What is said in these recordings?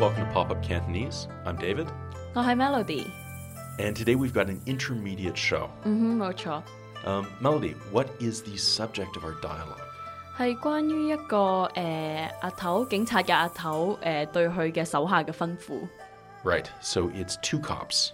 welcome to Pop Up Cantonese. I'm David, 我係 Melody， and today we've got an intermediate show. 嗯哼，冇錯， Um, Melody, what is the subject of our dialogue? 係關於一個诶阿頭警察嘅阿頭诶、呃、對佢嘅手下嘅吩咐， Right, so it's two cops,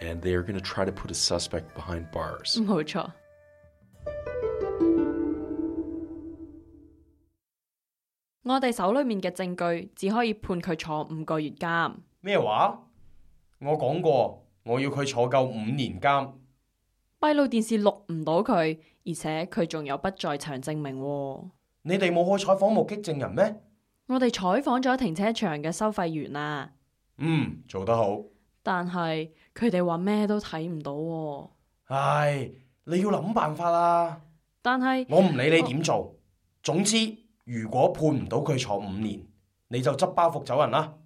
and they are going to try to put a suspect behind bars. 冇錯。我哋手裏面嘅證據只可以判佢坐五個月監，咩話？我講過，我要佢坐夠五年監。閉路電視錄唔到佢，而且佢仲有不在場證明、喎。你哋冇去採訪目擊證人咩？我哋採訪咗停車場嘅收費員啊，嗯，做得好。但係佢哋話咩都睇唔到、喎。唉，你要諗辦法啦。但係我唔理你點做，總之如果判唔到佢坐五年，你就執包袱走人啦。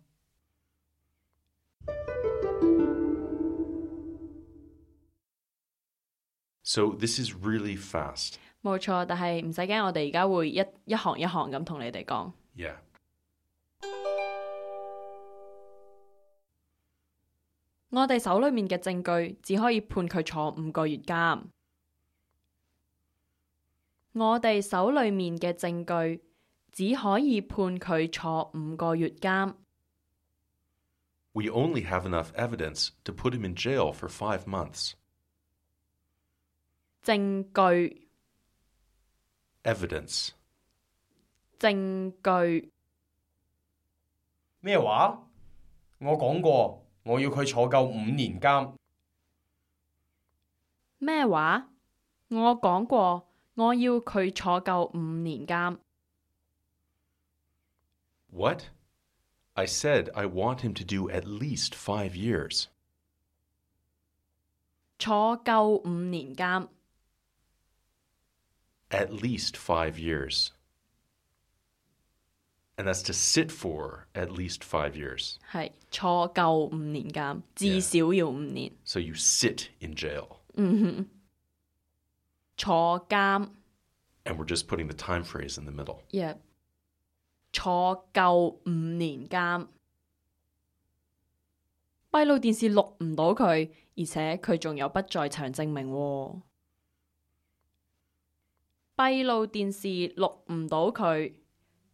So this is really fast. 冇錯，但係唔使驚，我哋而家會一一行一行咁同你哋講。 Yeah. Chúng ta có thể chỉ có 5 ngày tù giam, 我哋手裏面嘅證據只可以判佢坐五個月監。我哋手裏面嘅證據只可以判佢坐五個月監。 We only have enough evidence to put him in jail for five months. 證據， Evidence. 證據，咩話？我講過，我要佢坐夠五年監。咩話？我講過，我要佢坐夠五年監。 What? I said I want him to do at least five years. 坐夠五年監， At least five years. And that's to sit for at least five years. 係坐夠五年監，至少要五年。 So you sit in jail. 嗯哼，坐監。 And we're just putting the time phrase in the middle. y 坐夠五年監，閉路電視錄唔到佢，而且佢仲有不在場證明、喎。閉路電視錄唔到佢，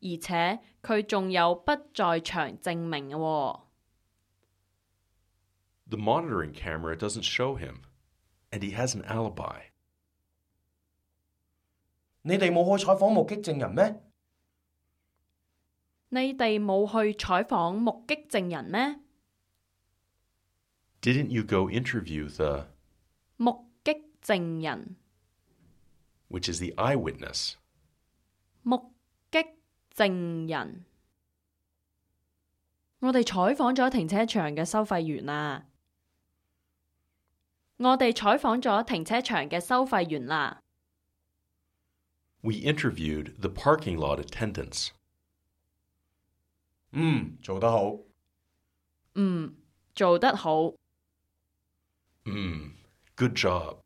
而且佢仲有不在場證明、喎。 The monitoring camera doesn't show him, and he has an alibi. 你哋冇去採訪目擊證人咩？你哋冇去採訪目擊證人咩？ Didn't you go interview the, 目擊證人， which is the eyewitness? 目擊證人。我哋採訪咗停車場嘅收費員啦。我哋採訪咗停車場嘅收費員啊啦。 We interviewed the parking lot attendants. 嗯，做得好。嗯，做得好， Mmm, good job.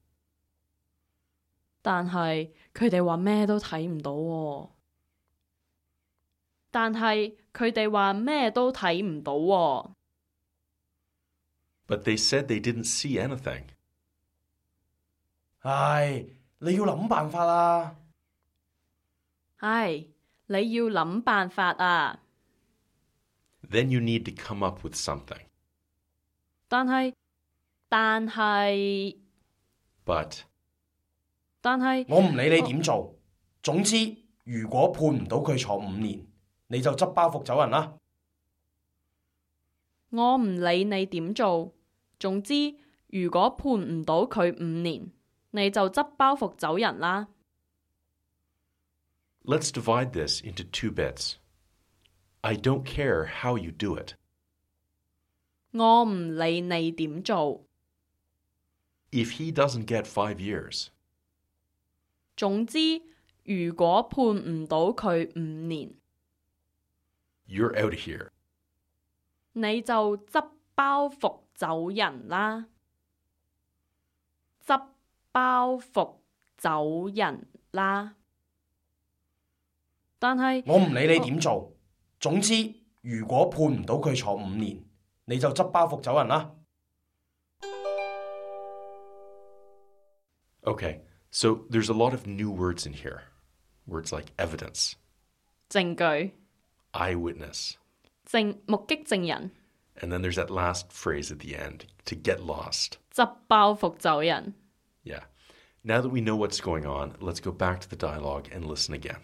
但係佢哋話咩都睇唔到、喎。但係佢哋話咩都睇唔到、喎。 But they said they didn't see anything. 唉，你要諗辦法啦。唉，你要諗辦法啊！ Then you need to come up with something. 但係，但係， But 但係。我唔理你點做，總之如果判唔到佢坐五年，你就執包袱走人啦。我唔理你點做，總之如果判唔到佢五年，你就執包袱走人啦。 let's divide this into two bits. I don't care how you do it. 我唔理你點做， If he doesn't get five years, 總之如果判唔到佢五年， you're out of here. 你就執包袱走人啦。執包袱走人啦。但係我唔理你點做，總之如果判唔到佢坐五年，你就執包袱走人啦。 Okay, so there's a lot of new words in here. Words like evidence, 證據、 eyewitness, 證目擊證人、 and then there's that last phrase at the end to get lost. 執包袱走人。 Yeah. Now that we know what's going on, let's go back to the dialogue and listen again.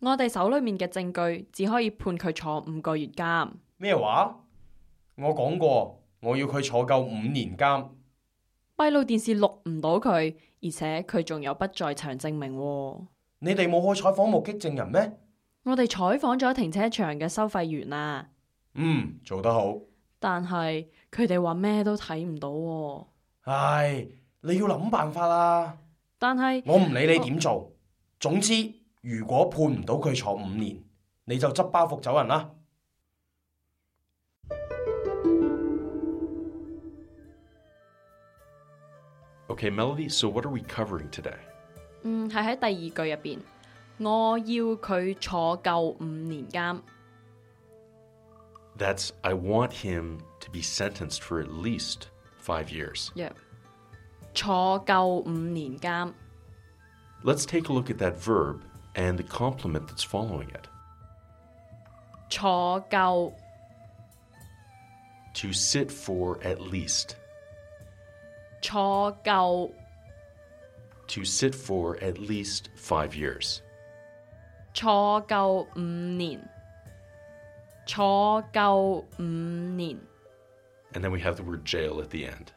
Chúng ta có thể chỉ có 5 cái chứng cứ để phán hắn 5 tháng tù Chúng ta có thể chỉ có 5 cái chứng cứ để phán hắn 5 tháng tù Chúng ta có thể chỉ có 5 cái chứng cứ để phán hắn 5 tháng tù Chúng ta có thể chỉ có 5 cái chứng cứ để phán hắn 5 tháng tù Chúng ta có thể chỉ có 5 cái chứng cứ để phán hắn 5 tháng tù Chúng ta có thể chỉ có 5 cái chứng cứ để phán hắn 5 tháng tù Chúng ta có thể chỉ có 5 cái chứng cứ để phán hắn 5 tháng tù Chúng ta có thể chỉ có 5 cái chứng cứ để phán hắn 5 tháng tù Chúng ta có thể chỉ có 5 cái chứng cứ để phán hắn 5 tháng tù Chúng ta có thể chỉ có 5 cái chứng cứ để phán hắn 5 tháng tù Chúng ta có thể chỉ có 5 cái chứng cứ để phán hắn 5 tháng tù Chúng ta có thể chỉ có 5 cái chứng cứ để phán hắn 5 tháng tù Chúng ta có thể chỉ có 5 cái chứng cứ để phán hắn 5 tháng tù Chúng ta có thể chỉ có 5 cái chứng cứ để phán hắn 5 tháng tù Chúng ta có thể chỉ có 5 cái chứng cứ để phán hắn 5 tháng tù Chúng ta có thể chỉ có 5 cái chứng cứ để phán hắn 5 tháng tù Chúng ta có thể chỉ có 5 cái chứng cứ 我講過，我要佢坐夠五年監。閉路電視錄唔到佢，而且佢仲有不在場證明喎。你哋冇去採訪目擊證人咩？我哋採訪咗停車場嘅收費員啊，嗯，做得好。但係佢哋話咩都睇唔到喎。唉，你要諗辦法啦。但係我唔理你點做，總之如果判唔到佢坐五年，你就執包袱走人啦。 Okay, Melody, so what are we covering today? 嗯係喺第二句入邊，我要佢坐夠五年監。 That's I want him to be sentenced for at least five years. Yeah. 坐夠五年監。 Let's take a look at that verb and the complement that's following it. 坐夠 To sit for at least. 坐夠 To sit for at least five years. 坐夠五年，坐夠五年， And then we have the word jail at the end.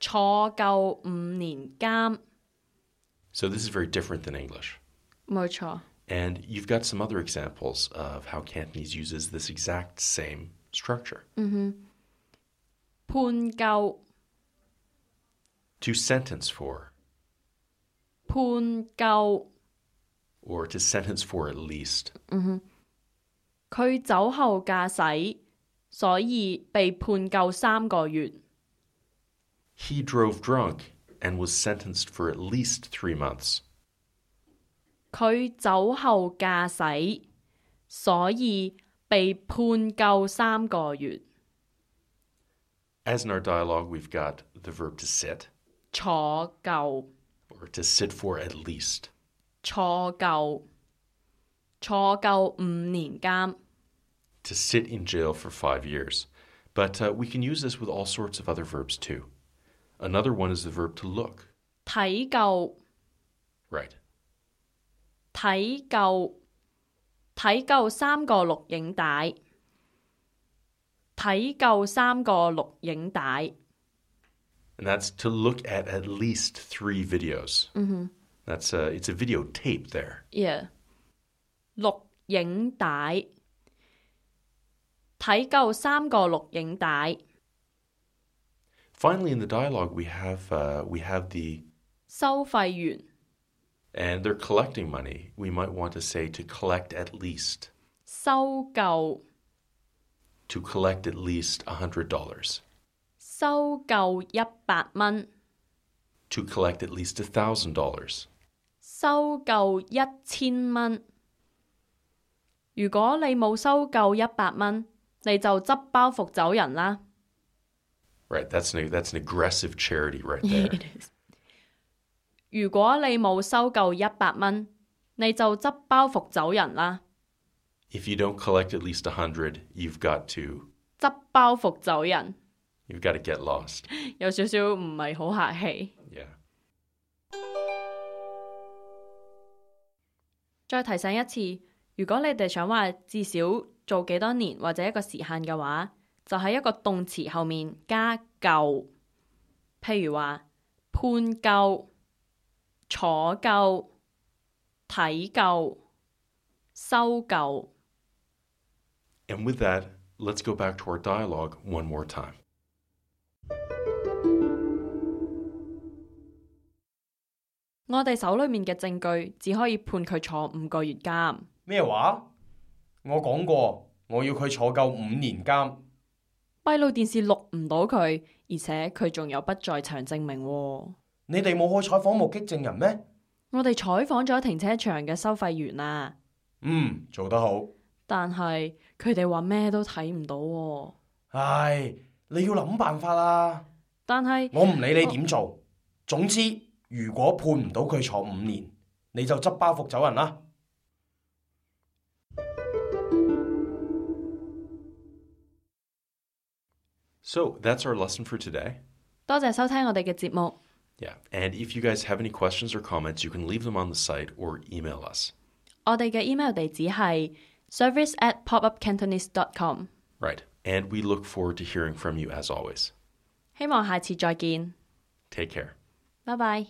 坐夠五年監， So this is very different than English. 冇錯。 And you've got some other examples of how Cantonese uses this exact same structure. 判夠 To sentence for, 判夠， or to sentence for at least. 佢酒後駕駛，所以被判夠三個月。 He drove drunk and was sentenced for at least three months. 佢酒後駕駛，所以被判夠三個月。 As in our dialogue, we've got the verb to sit, 坐夠。 or to sit for at least. 坐夠坐夠五年監， to sit in jail for five years. But uh, we can use this with all sorts of other verbs too. Another one is the verb to look, 睇夠 right? 睇夠睇夠三個錄影帶，睇夠三個錄影帶， And that's to look at at least three videos. Mm-hmm. That's a, it's a videotape there. yeah. 錄影帶，睇夠三個錄影帶， Finally, in the dialogue, we have uh, we have the 收費員 and they're collecting money. We might want to say to collect at least 收夠 to collect at least a hundred dollars, 收夠一百蚊， to collect at least a thousand dollars. 收夠一千蚊。如果你冇收夠一百蚊，你就執包袱走人啦。 Right, that's an that's an aggressive charity right there. 如果你冇收夠一百蚊，你就執包袱走人啦。 if you don't collect at least 100 you've got to 執包袱走人， you've got to get lost 有少少唔係好客氣。 yeah 再提醒一次，如果你哋想話至少做幾多年或者一個時限嘅話，就喺一個動詞後面加夠。譬如話判夠、坐夠、睇夠、收夠。 and with that let's go back to our dialogue one more time 我哋手裏面嘅證據只可以判佢坐五個月監。咩話？我講過，我要佢坐夠五年監。閉路電視錄唔到佢，而且佢仲有不在場證明喎。你哋冇去採訪目擊證人咩？我哋採訪咗停車場嘅收費員啊，嗯，做得好。但係佢哋話咩都睇唔到喎。唉，你要諗辦法啦。但係我唔理你點做，總之如果判唔到佢坐五年，你就執包袱走人啦。 So that's our lesson for today. 多謝收聽我哋嘅節目， Yeah. And if you guys have any questions or comments, you can leave them on the site or email us. 我哋嘅 email 地址係 service at popupcantonese dot com。 Right. And we look forward to hearing from you as always. 希望下次再見， Take care. 拜拜。